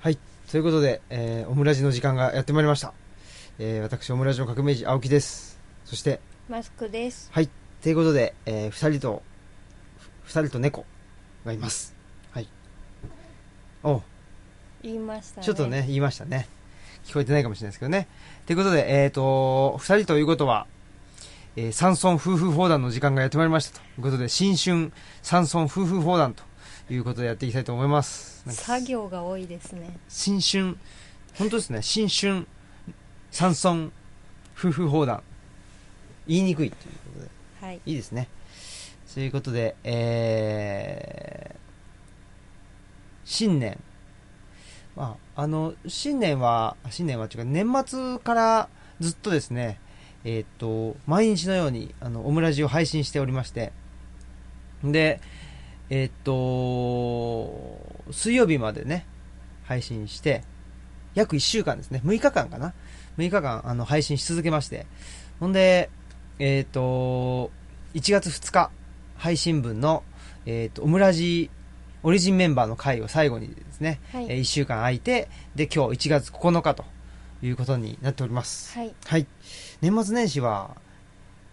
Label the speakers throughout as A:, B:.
A: はい。ということで、えー、オムラジの時間がやってまいりました。えー、私、オムラジの革命児、青木です。そして、
B: マスクです。
A: はい。ということで、えー、二人と、ふ二人と猫がいます。はい。おう
B: 言いましたね。
A: ちょっと。ね、言いましたね。聞こえてないかもしれないですけどね。ということで、えっ、ー、と、二人ということは、えー、山村夫婦砲弾の時間がやってまいりましたということで、新春山村夫婦砲弾ということでやっていきたいと思います。なんか
B: 作業が多いですね。
A: 新春、本当ですね、新春山村夫婦砲弾。言いにくいということで。
B: はい。
A: いいですね。ということで、えー新年。まあ、あの、新年は、新年は違う、年末からずっとですね、えーっと、毎日のように、あの、オムラジを配信しておりまして、で、えーっと、水曜日までね、配信して、約1週間ですね、6日間かな。6日間、あの、配信し続けまして、ほんで、えーっと、1月2日配信分の、えー、とオムラジオリジンメンバーの回を最後にですね、
B: は
A: えー
B: い。
A: 1週間空いてで今日1月9日ということになっております
B: はい。
A: はい年末年始は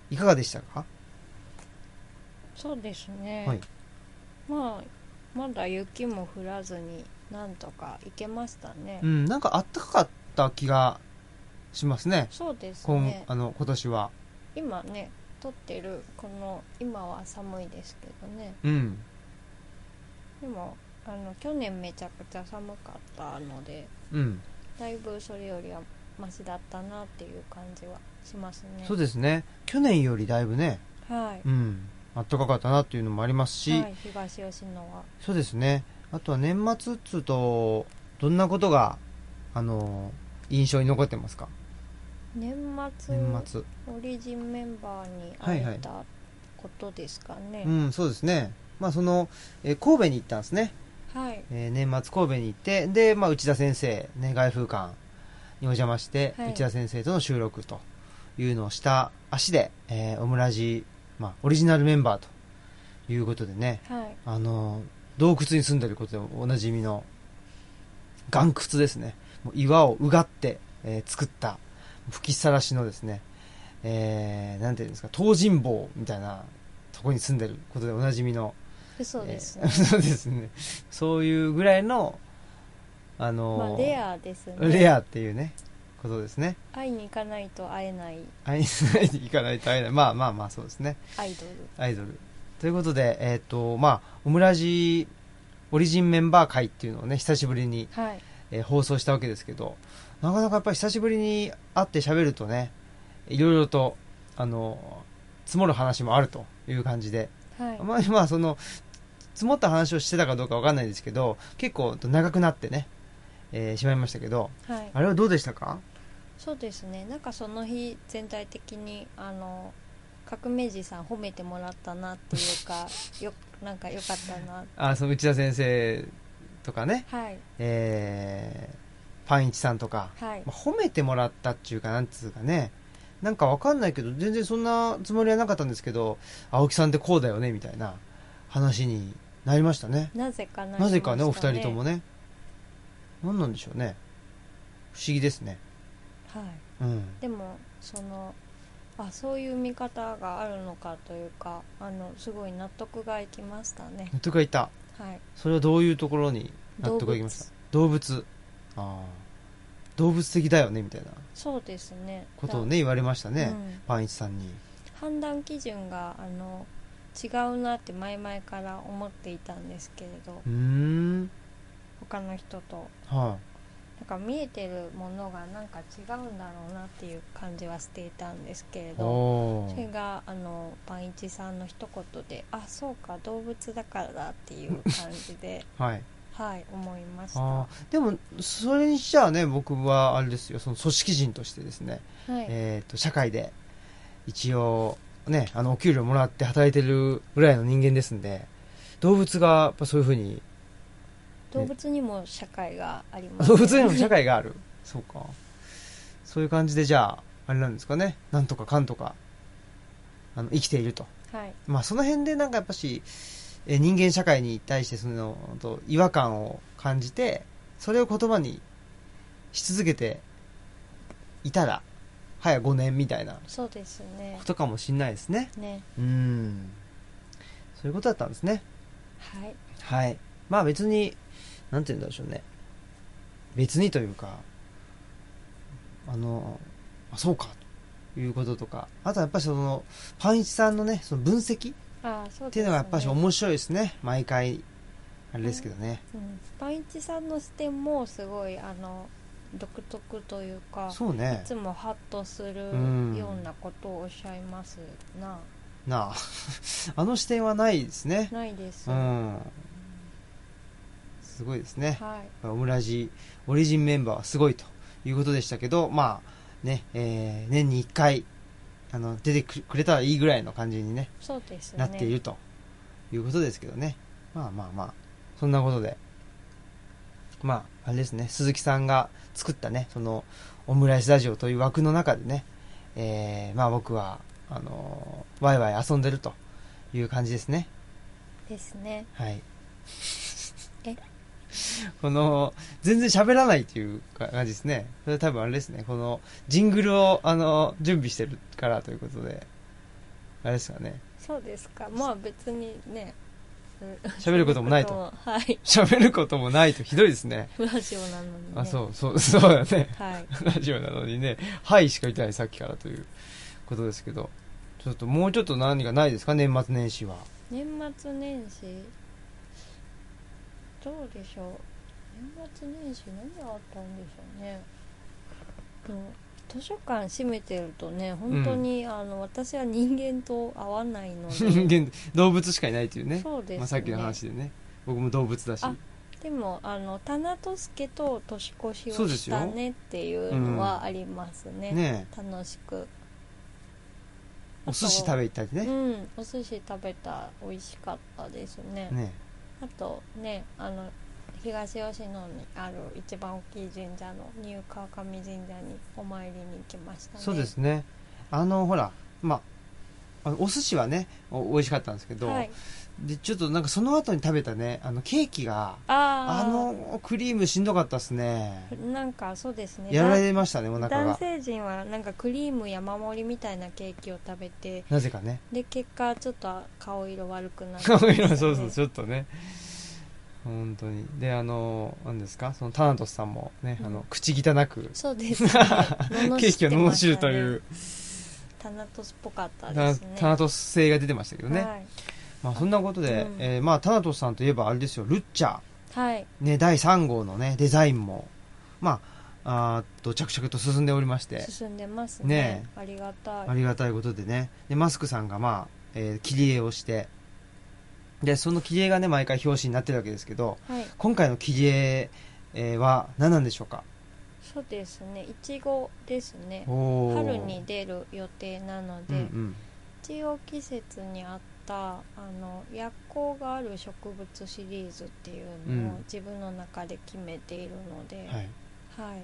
A: いかがでしたか
B: そうですね。
A: はい
B: まあ、まだ雪も降らずに、なんとか行けましたね。
A: うんなんかあったかかった気がしますね
B: そうです
A: 今
B: ね。
A: あの今年は
B: 今ね、撮ってる、この、今は寒いですけどね。
A: うん
B: でも、あの、去年めちゃくちゃ寒かったので、
A: うん
B: だいぶそれよりはマシだったなっていう感じはしますね。
A: そうですね去年よりだいぶね
B: はい。
A: うんあったかかったなっていうのもありますし、
B: はい、東吉野は。
A: そうですね。あとは年末っつうと、どんなことが、あのー印象に残ってますか
B: 年末
A: 年末。
B: オリジンメンバーに会えたことですかね
A: う。ん、そうですね。まあ、その、えー神戸に行ったんですね。
B: はい。
A: えー年末神戸に行って、で、まあ、内田先生、ね、外風館にお邪魔して、
B: はい
A: 内田先生との収録というのをした足で、えーオムラジ、まあ、オリジナルメンバーということでね、
B: はい。
A: あの洞窟に住んでることでおなじみの岩窟ですねもう岩をうがって、えー作った吹きさらしのですね、えーなんていうんですか東尋坊みたいなとこに住んでることでおなじみの
B: 嘘です
A: えー
B: ね。
A: そうですねそういうぐらいのあの
B: まあレアですね。
A: レアっていうねことですね
B: 会いに行かないと会えない
A: 会いに行かないと会えないまあまあまあそうですね
B: アイドル。
A: アイドル。ということで、えっ、と、まあ、オムラジオリジンメンバー会っていうのをね、久しぶりに、
B: はい。
A: えー放送したわけですけど、なかなかやっぱり久しぶりに会って喋るとね、いろいろと、あの、積もる話もあるという感じで、
B: はい。
A: まあ、まあ、その、積もった話をしてたかどうかわかんないですけど、結構長くなってね、えーしまいましたけど、
B: はい。
A: あれはどうでしたか
B: そうですね。なんかその日全体的にあの革命児さん褒めてもらったなっていうか、 よなんか良かったな。
A: あ、その内田先生とかね、
B: はい
A: えーパンイチさんとか、
B: はい
A: まあ褒めてもらったっていうかなんつうかねなんかわかんないけど全然そんなつもりはなかったんですけど青木さんってこうだよねみたいな話になりましたね
B: なぜかなりました
A: なぜかねお二人とも。ね何なんでしょうね不思議ですね
B: はい。
A: うん
B: でもそのあそういう見方があるのかというかあのすごい納得がいきましたね
A: 納得がいった
B: はい
A: それはどういうところに納得がいきました動物ああ動物的だよねみたいな
B: そうですね
A: ことをね言われました
B: だ
A: ね
B: う、ん
A: パンイチさんに
B: 判断基準があの違うなって前々から思っていたんですけれど
A: うーん
B: 他の人と
A: はい、
B: なんか見えてるものがなんか違うんだろうなっていう感じはしていたんですけれど
A: お
B: そ
A: ー
B: れがあのパンイチさんの一言であそうか動物だからだっていう感じ で
A: はい
B: はい思いました
A: あ
B: は
A: ーでもそれにしちゃあね僕はあれですよその組織人としてですね、
B: い
A: えー、と社会で一応ねあのお給料もらって働いてるぐらいの人間ですんで動物がやっぱそういうふうに
B: 動物にも社会があります、
A: 動物にも社会がある そうかそういう感じでじゃああれなんですかねなんとかかんとかあの生きていると
B: はい
A: まあその辺でなんかやっぱしえー人間社会に対してそのほんと違和感を感じてそれを言葉にし続けていたら、早5年みたいな
B: そうですね
A: ことかもしんないですね。
B: ね
A: うん。そういうことだったんですね。
B: はい
A: はい。まあ別に、なんて言うんでしょうね。別にというか、あの、あそうか、ということとか。あとはやっぱりその、パンイチさんのね、その分析っ
B: ああそうですね
A: ていうのがやっぱり面白いですね。毎回、あれですけどね。
B: うん、パンイチさんの視点もすごいあの独特というか
A: そうね
B: い。つもハッとする
A: うん
B: ようなことをおっしゃいますな、
A: なあ。 あの視点はないですね。
B: ないです、
A: う
B: は
A: ん。すごいですね。
B: い
A: オムラジオリジンメンバーはすごいということでしたけど、まあねえー年に1回あの出てくくれたらいいぐらいの感じに、ね
B: そうですね
A: なっているということですけどね、まあまあまあ、そんなことで、まあ、あれですね、鈴木さんが作ったね、そのオムライスラジオという枠の中でね、えーまあ僕は、あのーワイワイ遊んでるという感じですね。
B: ですね
A: はい。
B: え
A: この、全然喋らないっていう感じですね。それ多分あれですね。この、ジングルを、あの、準備してるからということで、あれですかね。
B: そうですかまあ別にねうん
A: 喋ることもないと
B: そううこともはい
A: 喋ることもないとひどいですね。
B: ラジオなのに、ね、
A: あ、そう、そう、 そうだね。
B: はい
A: ラジオなのにね、はいしか言ってない、さっきからということですけど。ちょっと、もうちょっと何かないですか年末年始は。
B: 年末年始どうでしょう年末年始何があったんでしょうねでも図書館閉めてるとね本当に、あの私は人間と合わないので
A: 人間、動物しかいないというね。
B: そうですね、
A: まあ、さっきの話でね。僕も動物だし。
B: あでもあの棚と助と年越し
A: そう
B: を
A: です
B: し
A: よ
B: たねっていうのはありますね,、
A: ねえ。
B: 楽しく
A: お寿司食べ行ったり
B: う
A: ね。
B: んお寿司食べた美味しかったですね
A: ね
B: あとねあの東吉野にある一番大きい神社の入川上神社にお参りに行きましたね
A: そうですね。あの、ほら、まあ、あのお寿司はね、お美味しかったんですけど、
B: はい、
A: で、ちょっとなんかその後に食べたね、あの、ケーキが、
B: あ
A: あ
B: ー
A: の、クリームしんどかったっすね。
B: なんかそうですね
A: やられましたね、お腹
B: 男
A: が。
B: 性陣はなんかクリーム山盛りみたいなケーキを食べて
A: なぜかね。
B: で結果ちょっと顔色悪くなって
A: 顔
B: ましたね
A: 色、 そうそう、ちょっとね。本当に。で、あの、何ですか、そのタナトスさんもね、
B: うん
A: あの、口汚く、
B: そうですね
A: ケーキを罵るというう、
B: タナトスっぽかったで
A: タ
B: すね
A: タナトス性が出てましたけどね。
B: はい、
A: まあ、そんなことで、
B: うん
A: えーまあ、タナトスさんといえばあれですよ、ルッチャー。
B: はい、
A: ね、第3号のね、デザインも、まあ、あーっと着々と進んでおりまして、
B: 進んでます
A: ね
B: ねありがたい
A: ありがたいことでね、でマスクさんが、まあえー切り絵をして、でその切り絵がね、毎回表紙になってるわけですけど、
B: はい
A: 今回の切り絵、えーは何なんでしょうか。
B: そうですねいちごですね
A: おー
B: 春に出る予定なの
A: う
B: で、
A: んうん、
B: 一応季節に合ったあの薬効がある植物シリーズっていうの
A: うん
B: を自分の中で決めているので、
A: は
B: はい
A: い。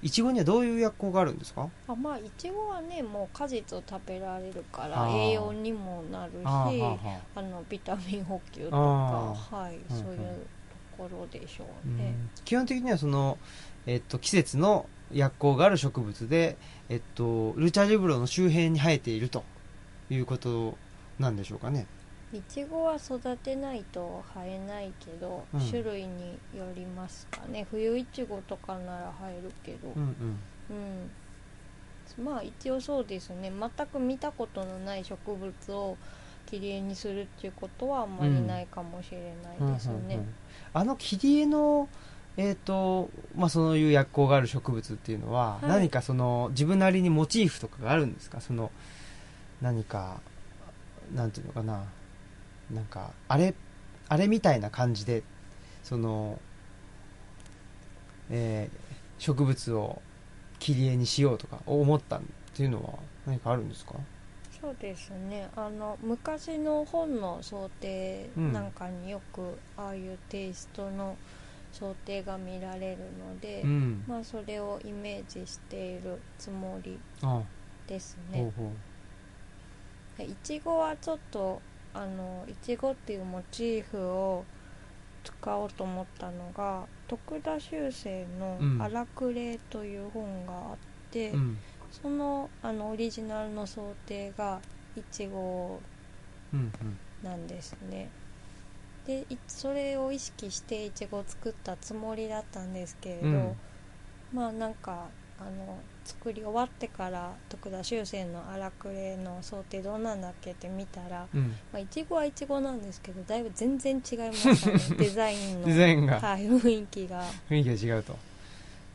A: いちごにはどういう薬効があるんですか
B: あまあいちごはねもう果実を食べられるか
A: あ
B: ら
A: ー
B: 栄養にもなるし
A: あ
B: あ
A: ーはあはあ
B: のビタミン補給とか
A: あ
B: はい、
A: うんうん
B: そういうところでしょ
A: う
B: うんね、
A: 基本的にはその、えっと、季節の薬効がある植物で、えっと、ルチャリブロの周辺に生えているということなんでしょうかね。
B: いちごは育てないと生えないけど、
A: うん
B: 種類によりますかね冬いちごとかなら生えるけど
A: うんうん、
B: うん、まあ一応そうですね全く見たことのない植物を切り絵にするっていうことはあんまりないかもしれないです
A: うんうんう
B: ね
A: んあの切り絵の、えっとまあ、そういう薬効がある植物っていうのは、
B: はい
A: 何かその自分なりにモチーフとかがあるんですかその何かなんていうのかななんかあれあれみたいな感じでその、えー植物を切り絵にしようとか思ったっていうのは何かあるんですか
B: そうですねあの昔の本の想定
A: うん
B: なんかによくああいうテイストの想定が見られるので、
A: うん
B: まあそれをイメージしているつもり
A: あ
B: です
A: あ
B: ね
A: ほうほう
B: いちごはちょっとあのいちごっていうモチーフを使おうと思ったのが徳田修正の
A: うん
B: 「荒くれ」という本があって、
A: うん
B: そのあのオリジナルの想定がイチゴ
A: うん
B: なんですね。でいそれを意識していちごを作ったつもりだったんですけれど、
A: うん
B: まあなんかあの作り終わってから徳田修正の荒くれの想定どうなんだっけって見たら
A: うん
B: まあ、いちごはいちごなんですけどだいぶ全然違いましたね デザインの
A: デザインが
B: はい、雰囲気が
A: 雰囲気が違うと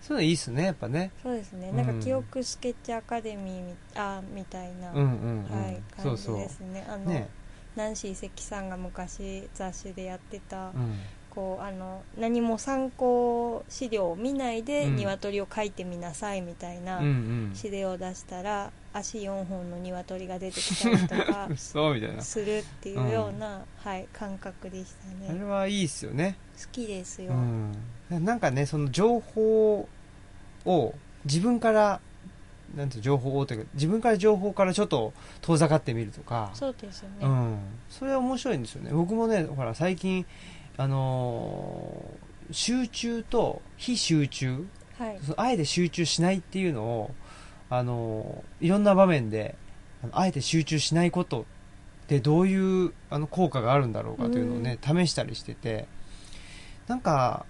A: そういうのいいっすねやっぱね
B: そうですね
A: うん
B: なんか記憶スケッチアカデミーみあみたいな、
A: うんうんうん、
B: はい、
A: そ
B: 感
A: う
B: じ
A: そう
B: ですねあの
A: ね
B: ナンシー関さんが昔雑誌でやってた、
A: うん
B: こうあの何も参考資料を見ないで
A: うん
B: 鶏を描いてみなさいみたいな
A: うん
B: 指令を出したら、足4本の鶏が出てきたりとか
A: うんそうみたいな
B: するっていうような、はい、感覚でしたね。
A: あれはいいっすよね
B: 好きですよ、
A: うん、なんかねその情報を自分からなんていう情報をというか自分から情報からちょっと遠ざかってみるとか
B: そうですよね、
A: うん、それは面白いんですよね僕もねほら最近あのー集中と非集中
B: はい
A: そのあえて集中しないっていうのをあのーいろんな場面であのあえて集中しないことでどういうあの効果があるんだろうかというのをね、試したりしててなんか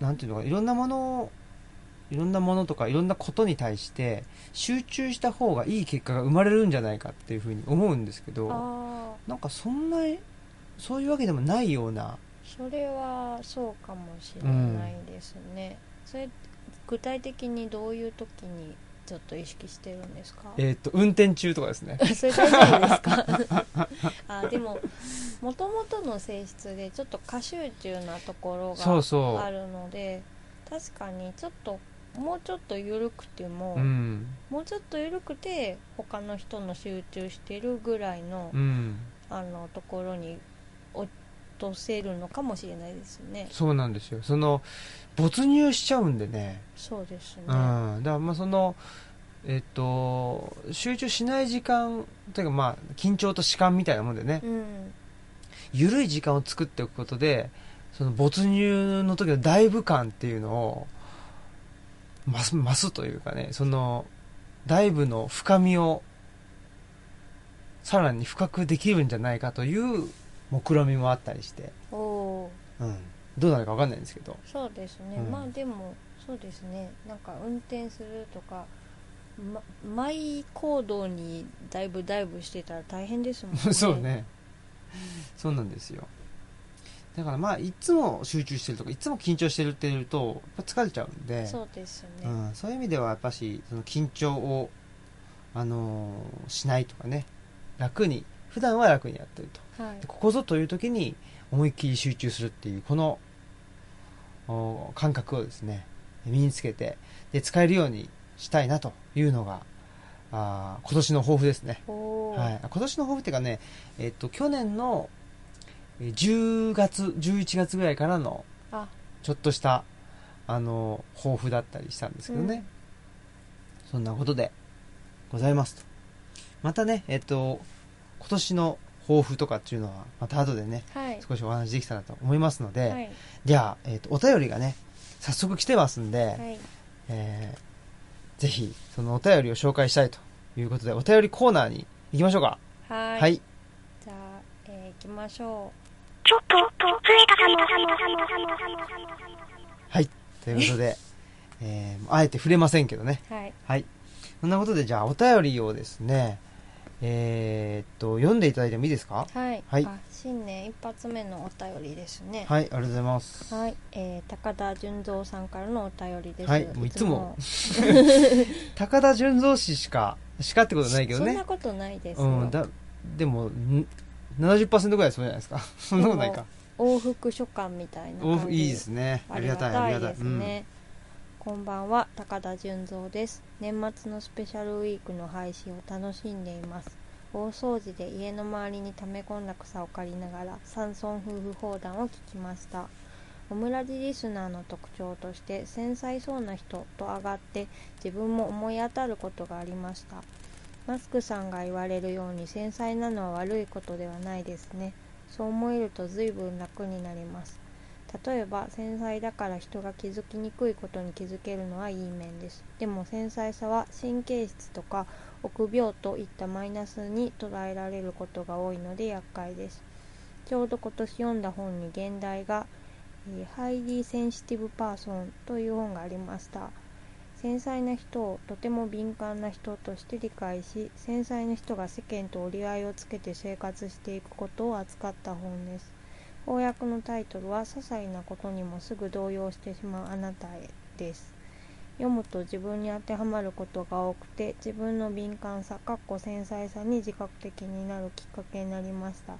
A: なんていうのかないろんなものをいろんなものとかいろんなことに対して集中した方がいい結果が生まれるんじゃないかっていうふうに思うんですけど
B: ああ
A: なんかそんなそういうわけでもないような
B: それはそうかもしれないですね、それ具体的にどういう時にちょっと意識してるんですか
A: えーっと運転中とかですね
B: それ大丈夫ですか あーでももともとの性質でちょっと過集中なとこ
A: そう
B: ろ
A: そ
B: があ
A: う
B: るので確かにちょっともうちょっと緩くても、
A: うん
B: もうちょっと緩くて他の人の集中してるぐらいの
A: うん
B: あのところに落とせるのかもしれないですね。
A: そうなんですよその没入しちゃうんでね、
B: そうですね。
A: うん、だからまあそのえっと集中しない時間というかまあ緊張と弛緩みたいなもんでね
B: うん、
A: 緩い時間を作っておくことでその没入の時のダイブ感っていうのを増す増すというかねそのダイブの深みをさらに深くできるんじゃないかという目論みもあったりして、
B: おおー、
A: うん、どうなるか分かんないんですけど
B: そうですね。
A: うん
B: まあでもそうですね。なんか運転するとか、ま、マイ行動にだいぶダイブしてたら大変ですもんね。
A: そう。ねそうなんですよだからまあいつも集中してるとかいつも緊張してるっていうとやっぱ疲れちゃうんで
B: そうですね。
A: うん、そういう意味ではやっぱしその緊張を、あのーしないとかね楽に普段は楽にやってると
B: はい
A: で。ここぞという時に思いっきり集中するっていうこのお感覚をですね身につけてで使えるようにしたいなというのがあー今年の抱負ですね
B: おお、
A: はい、今年の抱負っていうかね、えっと、去年のえー10月11月ぐらいからの
B: あ、
A: ちょっとしたあの抱負だったりしたんですけどね、そんなことでございますとまたねえっと今年の抱負とかっていうのはまた後でね
B: はい。
A: 少しお話できたらと思いますので、
B: はい。
A: じゃあ、えっとお便りがね早速来てますんで、
B: はい。
A: えーぜひそのお便りを紹介したいということでお便りコーナーに行きましょうか
B: はい。
A: はい
B: じゃあ、えー、行きましょ
C: ちょっと、増えたかも。は
A: はい。ということで、えーあえて触れませんけどね。
B: う。はい。
A: はい。そんなことで、じゃあ、お便りをですね、えーっと、読んでいただいてもいいですか
B: はい、
A: はい
B: あ新年一発目のお便りですね。
A: はい、ありがとうございます。
B: はい、えー高田純三さんからのお便りです。
A: はいもういつも高田純三氏しか、しかってことないけど
B: そん
A: ね
B: な。ことないですよ。
A: うん、だ、でも、ん70%ぐらいそうじゃないですか。そんなことないか。
B: 往復書簡みたいな
A: お
B: 感じ。
A: いいですね。あ
B: あ
A: り
B: り
A: が
B: が
A: たい、
B: た
A: ありが
B: い
A: たい。
B: ですね。こんばんは、高田純三です。年末のスペシャルウィークの配信を楽しんでいます。大掃除で家の周りに溜め込んだ草を刈りながら、山村夫婦砲弾を聞きました。オムラジリスナーの特徴として、繊細そうな人と上がって、自分も思い当たることがありました。マスクさんが言われるように繊細なのは悪いことではないですね。そう思えると随分楽になります。例えば繊細だから人が気づきにくいことに気づけるのはいい面ですでも繊細さは神経質とか臆病といったマイナスに捉えられることが多いので厄介ですちょうど今年読んだ本に現代がえーハイリーセンシティブパーソンという本がありました繊細な人をとても敏感な人として理解し繊細な人が世間と折り合いをつけて生活していくことを扱った本です翻訳のタイトルは「些細なことにもすぐ動揺してしまうあなたへ」です読むと自分に当てはまることが多くて自分の敏感さかっこ繊細さに自覚的になるきっかけになりました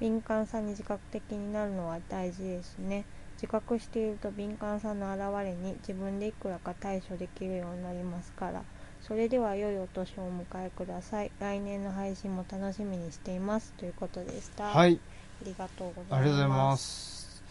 B: 敏感さに自覚的になるのは大事ですね自覚していると敏感さの表れに自分でいくらか対処できるようになりますからそれでは良いお年をお迎えください来年の配信も楽しみにしていますということでした
A: は
B: あ
A: い
B: りがとうござい
A: あ
B: ます
A: りがとうございます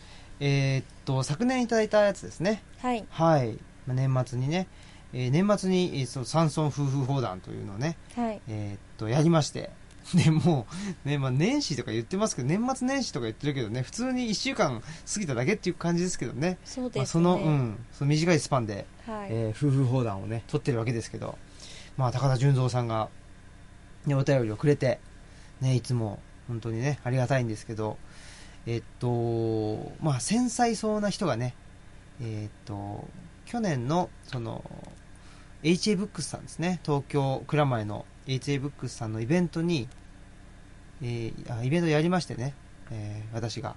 A: えーっと昨年いただいたやつですね
B: はい
A: はい、まあ年末にね、えー年末に、えーそう山村夫婦砲弾というのをね、
B: はい
A: えーっとやりましてでもう、ねまあ、年始とか言ってますけど年末年始とか言ってるけどね普通に1週間過ぎただけっていう感じですけどね
B: そうですね、
A: まあ、その,、うん、その短いスパンで、
B: はい、
A: えー夫婦砲弾をね撮ってるわけですけど、まあ、高田純三さんが、ね、お便りをくれて、ね、いつも本当にねありがたいんですけどえっとまあ繊細そうな人がねえっと去年のその HA ブックスさんですね東京蔵前の HA ブックスさんのイベントに、えーあイベントやりましてね、えー私が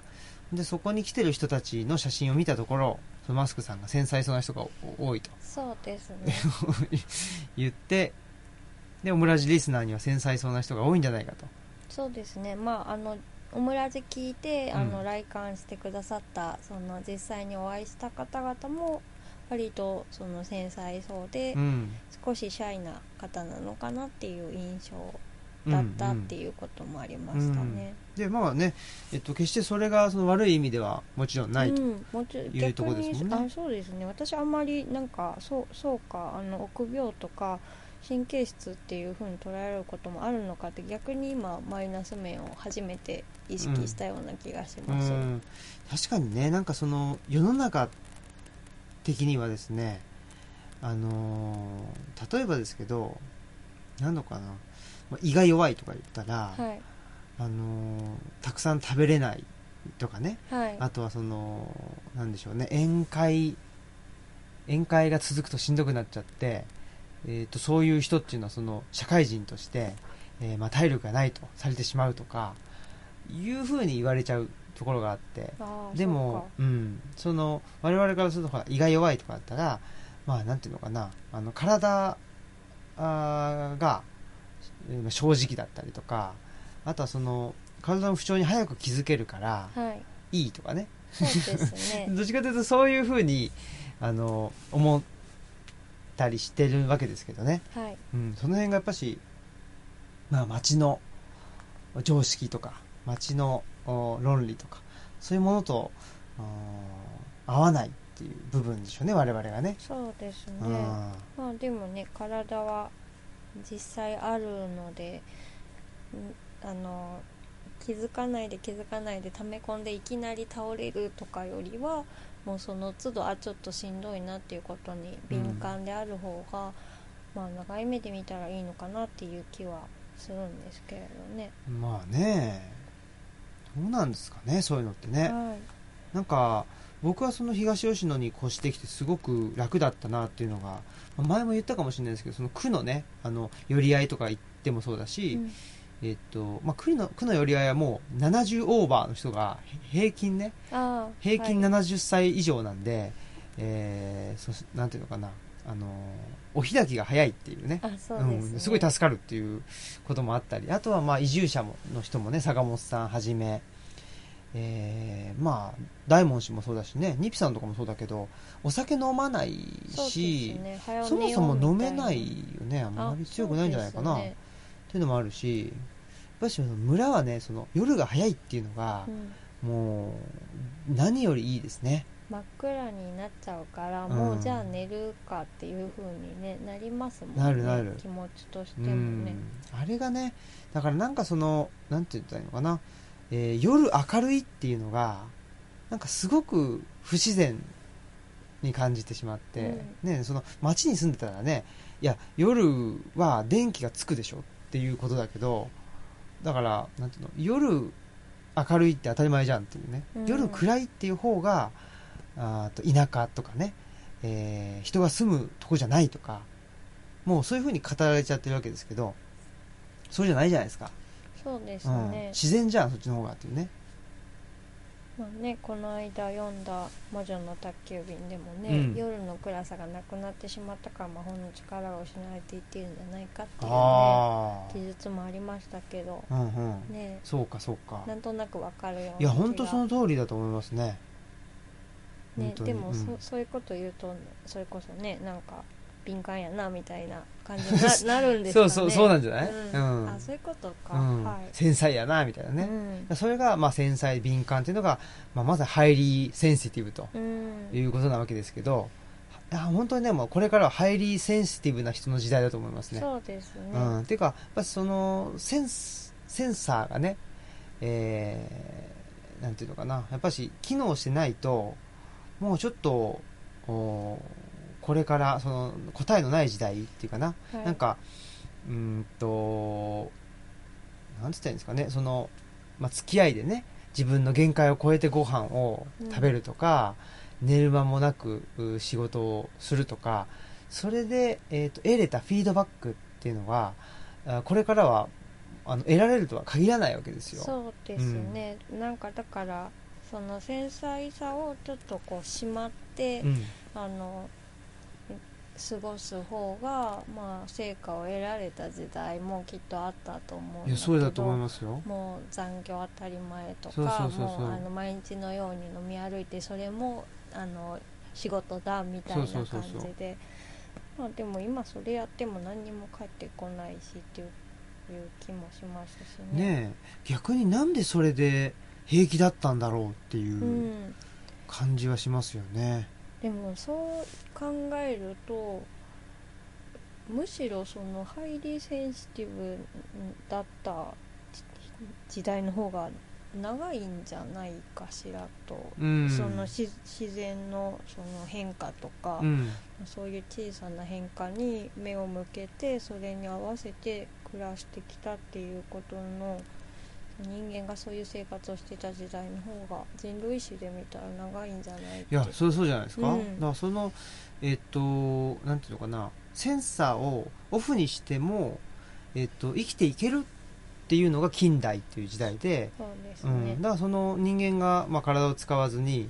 A: でそこに来てる人たちの写真を見たところそのマスクさんが繊細そうな人がお多いと
B: そうで すね
A: 言ってでオムラジリスナーには繊細そうな人が多いんじゃないかと
B: そうですねまああのオムラジ聞いてあの、
A: うん
B: 来館してくださったその実際にお会いした方々も割とその繊細そうで、
A: うん
B: 少しシャイな方なのかなっていう印象
A: うん
B: だったっ
A: うん
B: ていうこともありましたね。
A: でまあね、えっと、決してそれがその悪い意味ではもちろん
B: う
A: ないと、
B: んもちろん
A: いうと
B: 逆
A: こ
B: に
A: ですもんね
B: あそうですね私あんまりなんかそうそうかあの臆病とか神経質っていう風に捉えられることもあるのかって逆に今マイナス面を初めて意識したような気がし
A: う
B: ます。
A: ん、確かにねなんかその世の中的にはですねあのー例えばですけど何のかなまあ胃が弱いとか言ったら、
B: はい
A: あのーたくさん食べれないとかね
B: はい
A: あとはそのなんでしょうね宴会宴会が続くとしんどくなっちゃって、えー、とそういう人っていうのはその社会人として、えーまあ、体力がないとされてしまうとかいうふうに言われちゃうところがあって
B: あー
A: でもう、ん、その我々からするとほら胃が弱いとかだったらまあなんていうのかなあの体あーがえー正直だったりとかあとはその体の不調に早く気づけるから
B: そうかはい
A: いいとかね
B: そうですね
A: どっちかというとそういうふうにあの思ったりしてるわけですけどね、
B: はい
A: うん、その辺がやっぱし、まあ、町の常識とか町のお論理とかそういうものとお合わないっていう部分でしょうね我々がね。
B: そうですね。
A: うん
B: まあでもね体は実際あるのでんあの気づかないで気づかないで溜め込んでいきなり倒れるとかよりはもうその都度あちょっとしんどいなっていうことに敏感である方が、まあ長い目で見たらいいのかなっていう気はするんですけれどね。
A: まあねどうなんですかねそういうのってね。
B: はい
A: なんか僕はその東吉野に越してきてすごく楽だったなっていうのがまあ前も言ったかもしれないですけどその区のねあの寄り合いとか行ってもそうだし、
B: うん
A: えっとまあ、区の区の寄り合いはもう70オーバーの人がへ平均ね
B: あー
A: 平均
B: はい
A: 70歳以上なんで、えーそなんていうのかなあのお開きが早いっていうね
B: あそうですね、
A: ん、すごい助かるっていうこともあったりあとはまあ移住者もの人もね坂本さんはじめ、えーまあ大門氏もそうだしねニピさんとかもそうだけどお酒飲まない
B: そうです
A: し
B: ね
A: そ,、
B: 早
A: も
B: 寝よ
A: そうも飲
B: みた
A: め
B: い
A: ないよねあんまり
B: あ
A: 強くないんじゃないかな、
B: そうですね
A: っていうのもあるしやっぱりその村はねその夜が早いっていうのが
B: う、ん
A: もう何よりいいですね。
B: 真っ暗になっちゃうから、
A: うん
B: もうじゃあ寝るかっていう風にねなりますもんね
A: なるなる
B: 気持ちとして
A: う
B: も
A: ん
B: ね、
A: あれがねだからなんかそのなんて言ったらいいのかな、えー夜明るいっていうのがなんかすごく不自然に感じてしまって、ね、その町に住んでたらねいや夜は電気がつくでしょっていうことだけどだからなんていうの夜明るいって当たり前じゃんっていうね、
B: うん
A: 夜暗いっていう方があーと田舎とかね、えー人が住むとこじゃないとかもうそういうふうに語られちゃってるわけですけどそうじゃないじゃないですか、
B: そうです
A: うん
B: ね、
A: 自然じゃんそっちの方がっていうね
B: まあねこの間読んだ「魔女の宅急便」でもね、
A: うん
B: 夜の暗さがなくなってしまったから魔法の力が失われていっているんじゃないかっていうね
A: あ
B: 記述もありましたけど
A: あうんうん
B: ね
A: そうかそうか
B: なんとなくわかるようない
A: や本当そ
B: の
A: の通りだと思いますね
B: ね
A: 本当に
B: でも、
A: うん
B: そそういうこと言うとそれこそねなんか敏感やなみたいな感じにな なるんですか
A: そう
B: ね
A: そうそうなんじゃない
B: うん
A: うん
B: あそういうことか、
A: うん
B: はい
A: 繊細やなみたいなね、それがまあ繊細敏感っていうのが、まあ、まずハイリーセンシティブと
B: うん、うん
A: いうことなわけですけど、あ本当にねもうこれからはハイリーセンシティブな人の時代だと思いますね
B: そうですね、
A: うん、っていうかやっぱりそのセンスセンサーがね、えーなんていうのかなやっぱし機能してないともうちょっとおーこれからその答えのない時代っていうかな、
B: はい
A: なんかうーんとなんつったらいいんですかねその、まあ、付き合いでね自分の限界を超えてご飯を食べるとか、寝る間もなくう仕事をするとかそれで、えー、と得れたフィードバックっていうのはあこれからはあの得られるとは限らないわけですよ。
B: そうですね、なんかだからその繊細さをちょっとこうしまって、
A: うん
B: あの過ごす方がまあ成果を得られた時代もきっとあったと思
A: い
B: うんだ
A: や
B: け
A: そうだと思い
B: ど
A: ますよ。
B: もう残業当たり前とか
A: そうそうそうそう
B: もうあの毎日のように飲み歩いてそれもあの仕事だみたいな
A: そ
B: 感
A: う
B: じ
A: そうそうそう
B: でまあでも今それやっても何にも返ってこないしっていういう気もしましたし
A: ねえ逆になんでそれで平気だったんだろうっていううん感じはしますよね。
B: でもそう考えるとむしろそのハイリーセンシティブだった時代の方が長いんじゃないかしらと、
A: うん
B: そのし自然のその変化とか、
A: うん
B: そういう小さな変化に目を向けてそれに合わせて暮らしてきたっていうことの人間がそういう生活をしてた時代の方が人類史で見たら長いんじゃない
A: いやそれそうじゃないですか、
B: うん
A: だからそのえっとなんていうのかなセンサーをオフにしても、えっと、生きていけるっていうのが近代っていう時代で、
B: そうです
A: う
B: ね、
A: ん、だからその人間が、まあ、体を使わずに、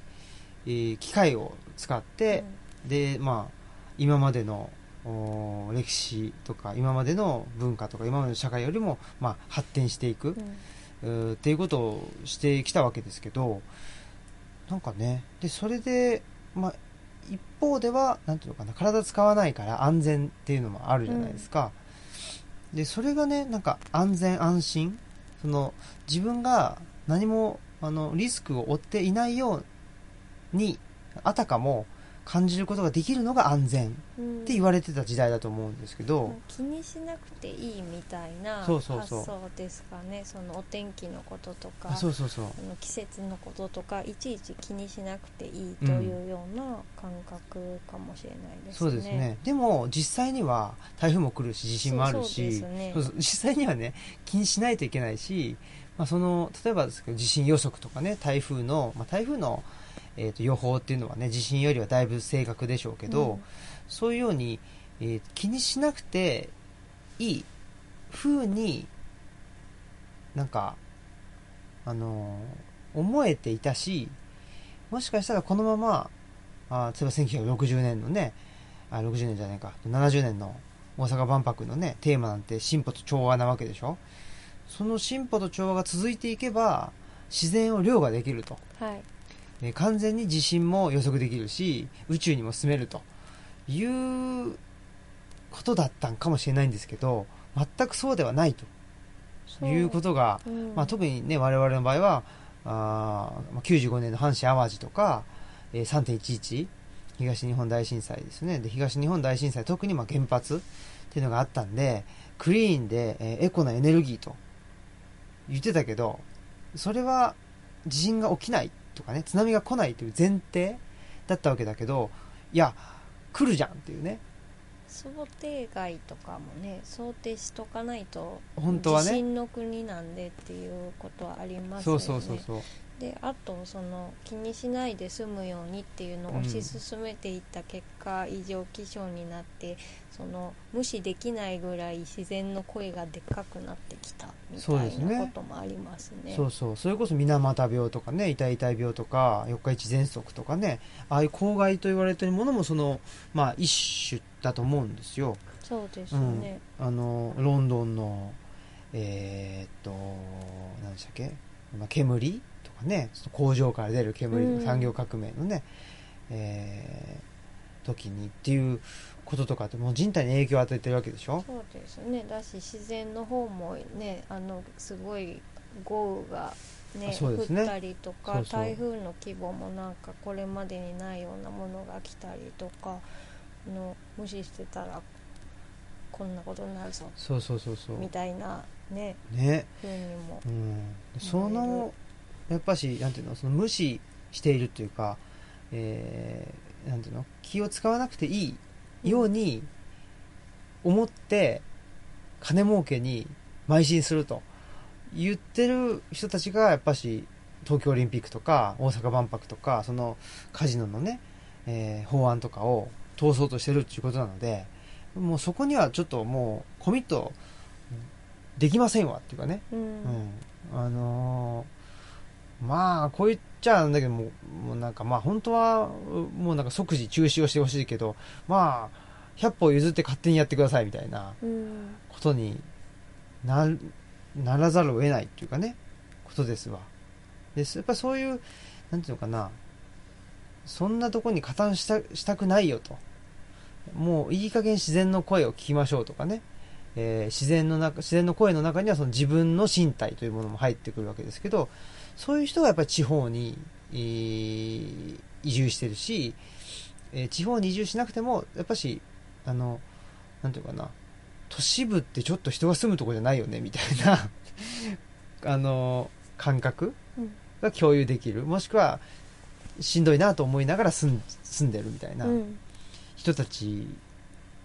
A: えー機械を使って、でまあ今までのおー歴史とか今までの文化とか今までの社会よりも、まあ、発展していく、
B: うんうん
A: えーっていうことをしてきたわけですけどなんかねでそれで、まあ、一方ではなんていうのかな体使わないから安全っていうのもあるじゃないですか、でそれがねなんか安全安心その自分が何もあのリスクを負っていないようにあたかも感じることができるのが安全って言われてた時代だと思うんですけど、
B: 気にしなくていいみたいな
A: そ
B: 発
A: うそうそう
B: 想ですかねそのお天気のこととか
A: あそうそうそう
B: あの季節のこととかいちいち気にしなくていいというような感覚かもしれないですね。
A: そうですねでも実際には台風も来るし地震もあるし
B: そうそうですね
A: そうそう実際にはね気にしないといけないし、まあ、その例えばですけど地震予測とかね台風の、まあ、台風の、えー、と予報っていうのはね地震よりはだいぶ正確でしょうけど、
B: うん
A: そういうように、えー気にしなくていい風になんかあのー思えていたしもしかしたらこのままあー例えば1960年のねあ60年じゃないか70年の大阪万博のねテーマなんて進歩と調和なわけでしょその進歩と調和が続いていけば自然を凌駕できると
B: はい、
A: えー完全に地震も予測できるし宇宙にも進めるということだったんかもしれないんですけど全くそうではないと
B: そう
A: いうことが、
B: うん
A: まあ、特にね我々の場合はあーまあ95年の阪神・淡路とか、えー3.11東日本大震災ですねで東日本大震災特にまあ原発っていうのがあったんでクリーンで、えーエコなエネルギーと言ってたけどそれは地震が起きないっとかね、津波が来ないという前提だったわけだけど、いや、来るじゃんっていうね、
B: 想定外とかもね想定しとかないと
A: 本当はね
B: 地震の国なんでっていうことはあります
A: そ
B: よ
A: う
B: ね
A: そうそうそう、
B: であとその気にしないで済むようにっていうのを
A: うん
B: 推し進めていった結果、異常気象になってその無視できないぐらい自然の声がでっかくなってきたみ
A: そう
B: た
A: で
B: い
A: すね
B: なこともありますね。
A: そうそう、それこそ水俣病とかね、痛い痛い病とか、四日市喘息とかね、ああいう公害と言われてるものもその、まあ一種だと思うんですよ。
B: そうですね、
A: あの、ロンドンの、えーっと、何でしたっけ、まあ、煙とかね、その工場から出る煙と
B: うん
A: か産業革命のね、えー時にっていうこととかってもう人体に影響を与えてるわけでしょ
B: そうですねだし自然の方もねあのすごい豪雨が、
A: あ
B: ね
A: そうですね
B: 降ったりとか
A: そうそう
B: 台風の規模もなんかこれまでにないようなものが来たりとかあの無視してたらこんなことになるぞ
A: そうそうそうそう
B: みたいなね
A: ね
B: 風にも
A: うん、そのやっぱしなんていうのその無視しているというか、えーなんていうの気を使わなくていいように思って金儲けに邁進すると言ってる人たちがやっぱし東京オリンピックとか大阪万博とかそのカジノのね、えー法案とかを通そうとしてるっていうことなのでもうそこにはちょっともうコミットできませんわっていうかね
B: うん、
A: うん、あのーまあこう言っちゃなんだけどもうもうなんかまあ本当はうもうなんか即時中止をしてほしいけどまあ100歩譲って勝手にやってくださいみたいな
B: うん
A: ことになならざるを得ないっていうかねことですわですやっぱそういうなんていうのかなそんなとこに加担したしたくないよともういい加減自然の声を聞きましょうとかね、えー自然の中自然の声の中にはその自分の身体というものも入ってくるわけですけどそういう人がやっぱり地方に、えー移住してるし、えー地方に移住しなくてもやっぱしあのなんていうかな都市部ってちょっと人が住むとこじゃないよねみたいな あの感覚
B: うん
A: が共有できるもしくはしんどいなと思いながら住ん住んでるみたいな
B: うん
A: 人たち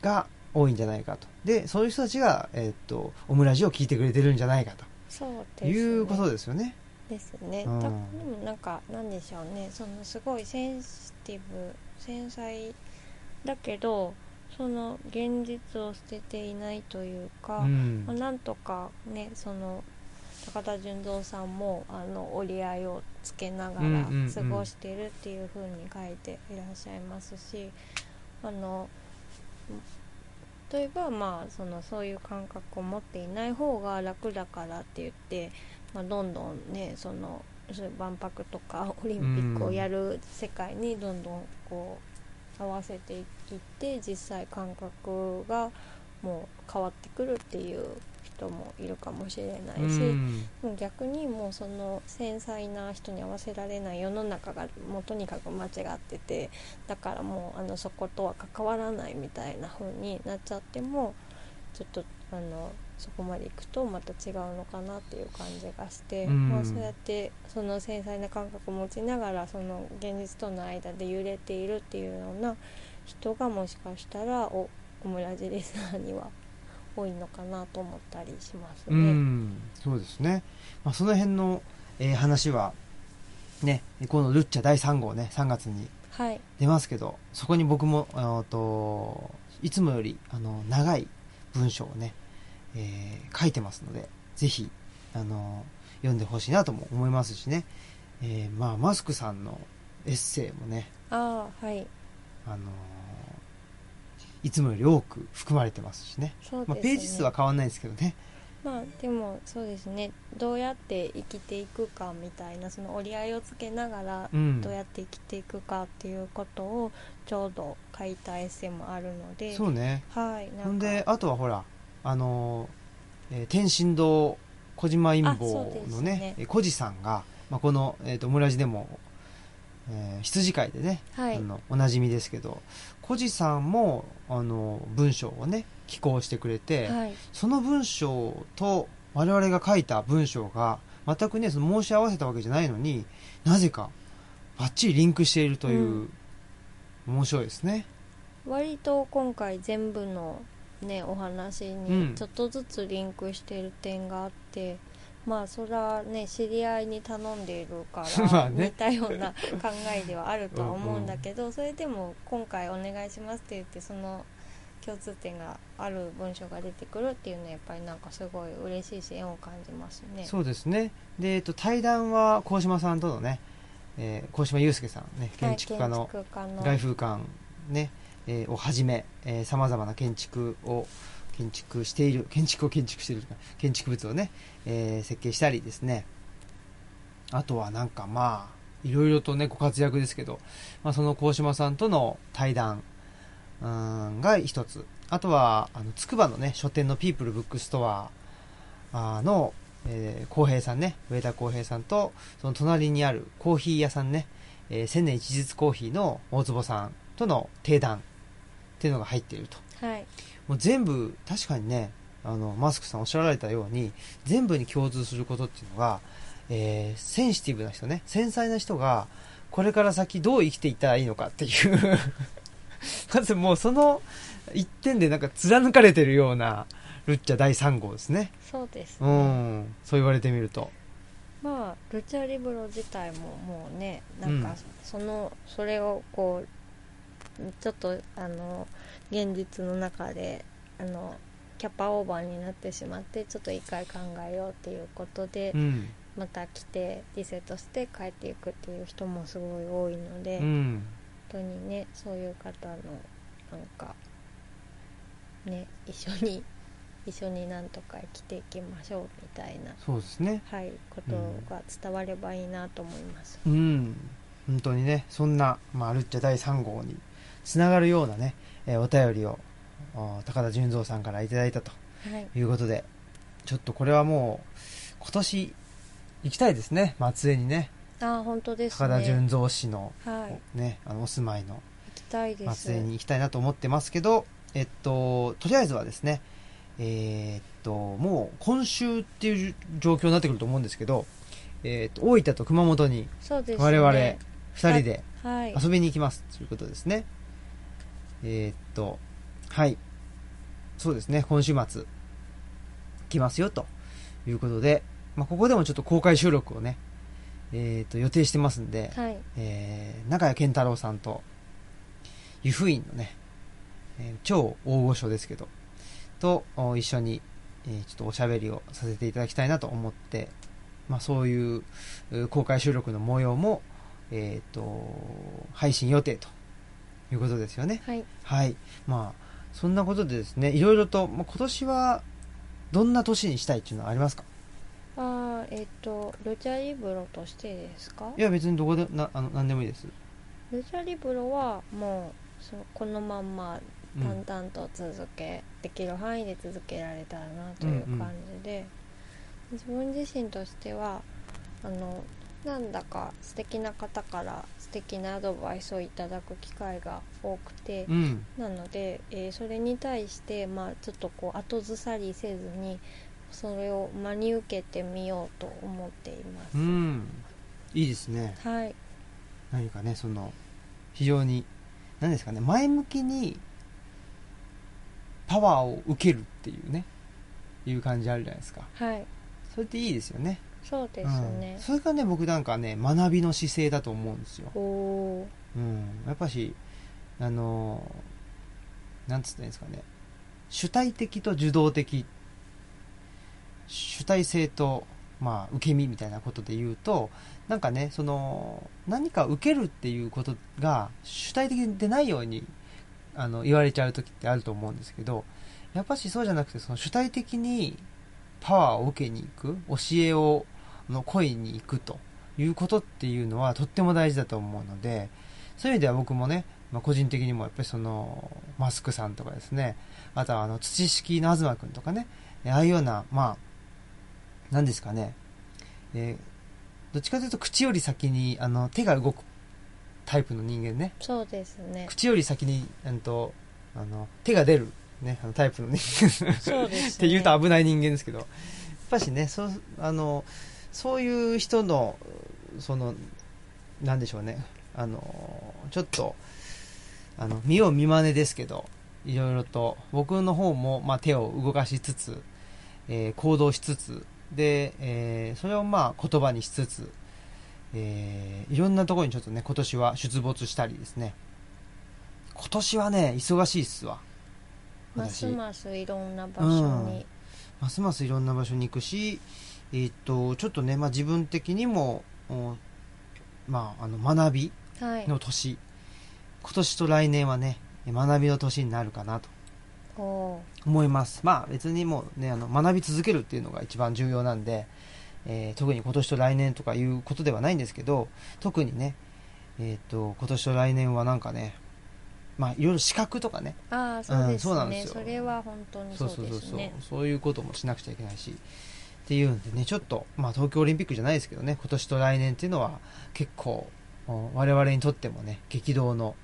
A: が多いんじゃないかとでそういう人たちが、えーっとオムラジを聞いてくれてるんじゃないか
B: そうです
A: と
B: ね
A: いうことですよね。
B: ですね、
A: うん
B: だでもなんかなんでしょうねそのすごいセンシティブ繊細だけどその現実を捨てていないというか、
A: うん
B: まあ、なんとかねその高田純三さんもあの折り合いをつけなが
A: うん
B: ら
A: うんうん
B: 過ごしてるっていう風に書いていらっしゃいますし、あの例えばまあそのそういう感覚を持っていない方が楽だからって言って、まあ、どんどんねそのそういう万博とかオリンピックをやる世界にどんどんこう合わせていって実際感覚がもう変わってくるっていう人もいるかもしれないし、
A: うん
B: もう逆にもうその繊細な人に合わせられない世の中がもうとにかく間違っててだからもうあのそことは関わらないみたいな風になっちゃってもちょっとあのそこまで行くとまた違うのかなっていう感じがして、
A: うん
B: まあ、そうやってその繊細な感覚を持ちながらその現実との間で揺れているっていうような人がもしかしたらおオムラジリスナーには多いのかなと思ったりします
A: う
B: ね。
A: ん、そうですね、まあ、その辺の、えー話は、ね、このルッチャ第3号ね3月に
B: はい
A: 出ますけどそこに僕もあのといつもよりあの長い文章をね、えー書いてますのでぜひあの読んでほしいなとも思いますしね、えーまあ、マスクさんのエッセイもね
B: ああはい
A: あのいつもより多く含まれてますしね
B: そうです
A: ま
B: ね、
A: あ、ページ数は変わんないですけどね
B: まあでもそうですねどうやって生きていくかみたいなその折り合いをつけながら
A: うん
B: どうやって生きていくかっていうことをちょうど書いたエッセイもあるので
A: そうね
B: はいな
A: ほ
B: ん
A: ん
B: か
A: であとはほらあの、えー天津堂小島陰
B: あそう
A: 謀
B: で
A: の
B: す
A: ね
B: ね
A: えー小路さんが、まあ、この、えーとオムラジでも、えー羊飼いでね、
B: はい
A: あのおなじみですけど小路さんもあの文章をね寄稿してくれて、
B: はい
A: その文章と我々が書いた文章が全くねその申し合わせたわけじゃないのになぜかバッチリリンクしているという、
B: うん
A: 面白いですね
B: 割と今回全部のねお話
A: う
B: に
A: ん
B: ちょっとずつリンクしている点があって、まあそれはね知り合いに頼んでいるか
A: ま
B: ら
A: あね
B: 似たような考えではあるとは思うん だけどそれでも今回お願いしますって言ってその共通点がある文章が出てくるっていうのはやっぱりなんかすごい嬉しいし縁を感じますね。
A: そうですねで、えっと、対談は鴻島さんとのね鴻、えー鴻島祐介さんね
B: は
A: 建
B: い
A: 築家の
B: 建築家の
A: 外風館、ねえーをはじめさまざまな建築を建築している建築を建築しているとか建築物をね、えー設計したりですねあとはなんかまあいろいろとねご活躍ですけど、まあ、その鴻島さんとの対談うーんが一つあとはあの筑波のね書店のピープルブックストアあーのえー浩、平さんね上田浩平さんとその隣にあるコーヒー屋さんねえー千年一日コーヒーの大坪さんとの定談っていうのが入っていると
B: はい
A: もう全部確かにねあのマスクさんおっしゃられたように全部に共通することっていうのが、えーセンシティブな人ね繊細な人がこれから先どう生きていったらいいのかっていう まずもうその一点でなんか貫かれてるようなルッチャ第3号ですね
B: そうです、
A: う
B: ね
A: んそう言われてみると
B: まあルチャリブロ自体ももうねなん
A: うん
B: かその、それをこうちょっとあの現実の中であのキャパオーバーになってしまってちょっと一回考えようっていうことで、
A: うん
B: また来てリセットして帰っていくっていう人もすごい多いので、
A: う
B: 本
A: ん
B: 当にねそういう方のなんかね一緒に一緒になんとか生きていきましょうみたいな
A: そうですね
B: はい、ことが伝わればいいなと思います。
A: うん、本当にね、そんな、まあ、ルッチャ第3号につながるようなね、えーお便りをお高田純三さんからいただいたと
B: はい、
A: いうことで、ちょっとこれはもう、今年行きたいですね、松江にね、
B: あー、本当です
A: 高田
B: ね。
A: 純三氏の、
B: はい、行
A: ね、あのお住まいの
B: きたいです。
A: 松江に行きたいなと思ってますけど、えっと、とりあえずはですね、えーっと、もう今週っていう状況になってくると思うんですけど、えーっと、大分と熊本に
B: そうですね。
A: 我々2人で、
B: はい、
A: 遊びに行きますということですね。えーっと、はい。そうですね、今週末、来ますよということで、まあ、ここでもちょっと公開収録をね、えーっと、予定してますんで、
B: はい、
A: えー、中谷健太郎さんと、湯布院のね、えー超大御所ですけど、とお一緒に、えーちょっとおしゃべりをさせていただきたいなと思って、まあ、そういうう公開収録の模様も、えー、と配信予定ということですよね。
B: はい、
A: はい。まあ、そんなことでですね、いろいろと、まあ、今年はどんな年にしたいっていうのはありますか
B: あー、えっ、と、ルチャリブロとしてですか
A: い。や、別にどこでなあの何でもいいです。
B: ルチャリブロはもう、そのこのまんま
A: うん
B: 淡々と続け、できる範囲で続けられたらなという感じで、自分自身としてはあのなんだか素敵な方から素敵なアドバイスをいただく機会が多くて、
A: うん。
B: なので、えーそれに対して、まあ、ちょっとこう後ずさりせずにそれを真に受けてみようと思っています。
A: うん。いいですね。
B: はい、
A: 何かねその非常に何ですかね前向きにパワーを受けるっていうねいう感じあるじゃないですか
B: はい、
A: それっていいですよね
B: そうです
A: う
B: ね
A: ん、。それがね僕なんかね学びの姿勢だと思うんですよ、
B: おー
A: うん、やっぱしあのなんつったらいいんですかね主体的と受動的主体性と、まあ、受け身みたいなことで言うとなんかねその何か受けるっていうことが主体的でないようにあの言われちゃう時ってあると思うんですけどやっぱしそうじゃなくてその主体的にパワーを受けに行く教えをあの恋に行くということっていうのはとっても大事だと思うのでそういう意味では僕もね、まあ、個人的にもやっぱりそのマスクさんとかですねあとはあの土式の東君とかねああいうようなまあ何ですかね、えーどっちかというと口より先にあの手が動くタイプの人間ね
B: そうです ね。
A: 口より先にうんとあの手が出る、ね、あのタイプの人間
B: そうです、ね。
A: って言うと危ない人間ですけどやっぱしねそうあのそういう人のそのなんでしょうねあのーちょっと、あの、見よう見まねですけど、いろいろと、僕の方も、まあ、手を動かしつつ、えー行動しつつ、で、えーそれをまあ、言葉にしつつ、えーいろんなところにちょっとね、今年は出没したりですね。今年はね、忙しいっすわ。
B: ます
A: 私
B: ますいろんな場所に、
A: ますますいろんな場所に行くし、えーっと、ちょっとね、まあ、自分的にも、おまあ、あの、学び
B: はい
A: の年。今年と来年はね、学びの年になるかなと
B: おー
A: 思います。まあ、別にもうね、あの、学び続けるっていうのが一番重要なんで、えー特に今年と来年とかいうことではないんですけど、特にね、えーっと、今年と来年はなんかね、まあ、いろいろ資格とかね、
B: ああそうです
A: そうなんで
B: ね
A: すよ
B: それは本当に
A: そ
B: そ
A: そう
B: ううで
A: そう
B: す
A: そう
B: ね
A: そういうこともしなくちゃいけないしっていうんでねちょっと、まあ、東京オリンピックじゃないですけどね今年と来年っていうのは結構お我々にとってもね激動の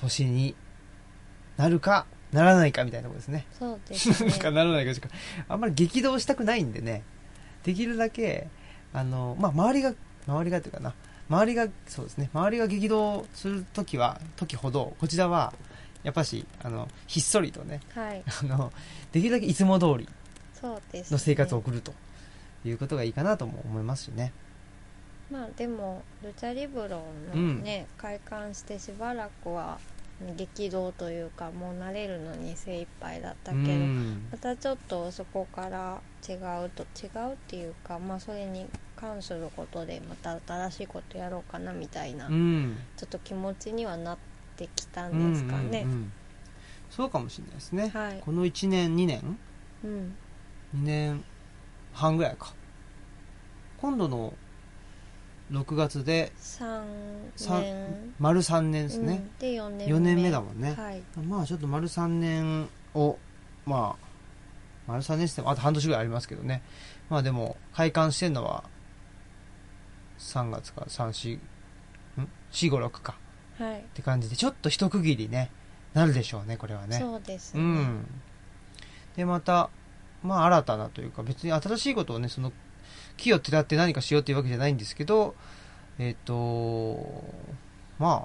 A: 年になるかならないかみたいなところですね。
B: そうですね
A: かならないかしかあんまり激動したくないんでねできるだけあの、まあ、周りが周りがっていうかな周りがそうですね周りが激動するときは時ほどこちらはやっぱしあのひっそりとね
B: はい
A: あのできるだけいつも通り
B: そうです、ね、
A: の生活を送るということがいいかなとも思いますしね
B: まあでもルチャリブロのね、開館してしばらくは激動というかもう慣れるのに精一杯だったけど、
A: うん
B: またちょっとそこから違うと違うっていうかまあそれに関することでまた新しいことやろうかなみたいな、
A: う
B: ち
A: ん
B: ょっと気持ちにはなってきたんですかね
A: うんうんうんそうかもしれないですね、
B: はい
A: この1年2年
B: うん、
A: 2年半ぐらいか今度の6月で
B: 3
A: 三
B: 年
A: 丸3年ですね、
B: うん、で4年目
A: 4年目だもんね、
B: はい
A: まあちょっと丸3年をまあ丸3年してもあと半年ぐらいありますけどねまあでも開館してるのは3月か3 4 456か
B: はい
A: って感じでちょっと一区切りねなるでしょうねこれはね
B: そうです
A: う
B: ね、
A: ん。で、また、まあ、新たなというか、別に新しいことをね、その、木を手だって何かしようっていうわけじゃないんですけど、えっ、と、まあ、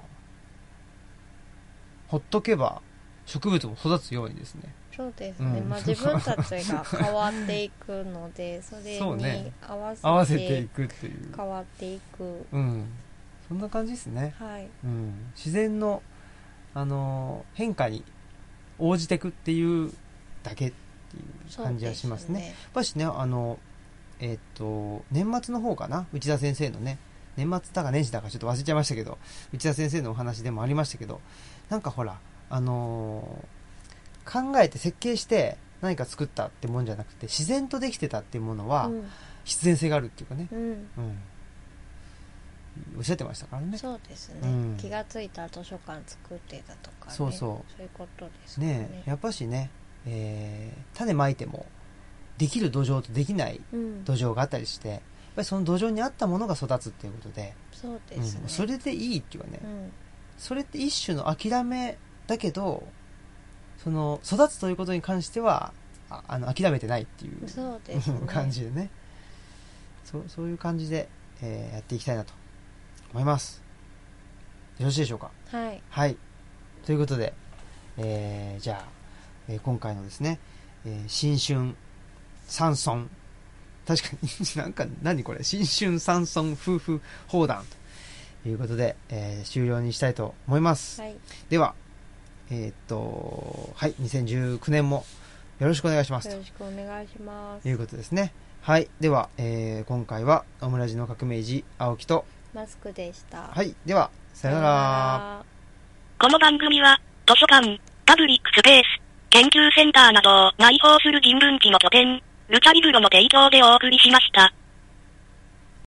A: ほっとけば、植物も育つようにですね。
B: そうですね、
A: うん
B: まあ自分たちが変わっていくのでそれ
A: そう
B: に
A: ね
B: 合わせて
A: 合わせていくっていう。
B: 変わっていく
A: うん。そんな感じですね。
B: はい
A: うん。自然の、あのー変化に応じていくっていうだけっていう
B: そう
A: 感
B: です
A: じはしますね。やっぱしねあのえっ、と年末の方かな内田先生のね年末だか年始だかちょっと忘れちゃいましたけど内田先生のお話でもありましたけどなんかほらあのー考えて設計して何か作ったってもんじゃなくて自然とできてたっていうものは
B: うん、
A: 必然性があるっていうかね、
B: うん
A: うん、おっしゃってましたからね
B: そうですね、
A: うん
B: 気がついたら図書館作ってたとか、ね、
A: そうそう
B: いうことですね
A: ねえやっぱしね、えー種まいてもできる土壌とできない
B: うん、
A: 土壌があったりしてやっぱりその土壌に合ったものが育つっていうことで
B: そうですね、
A: うん、それでいいっていうかね、
B: うん
A: それって一種の諦めだけどその育つということに関してはああの諦めてないっていう
B: そうですね
A: 感じでねそうそういう感じで、えーやっていきたいなと思いますよろしいでしょうか
B: はい
A: はいということで、えーじゃあ、えー今回のですね、えー新春山村確かに なんか何これ新春山村夫婦砲弾ということで、えー終了にしたいと思います、
B: はい
A: ではえーっとはい2019年もよろしくお願いします
B: よろしくお願いしま
A: とい
B: す
A: うことですねはいでは、えー今回はオムラジの革命児青木と
B: マスクでした
A: はいではさよなら
C: この番組は、図書館、パブリックスペース、研究センターなどを内包する人文地の拠点、ルチャリブロの提供でお送りしました。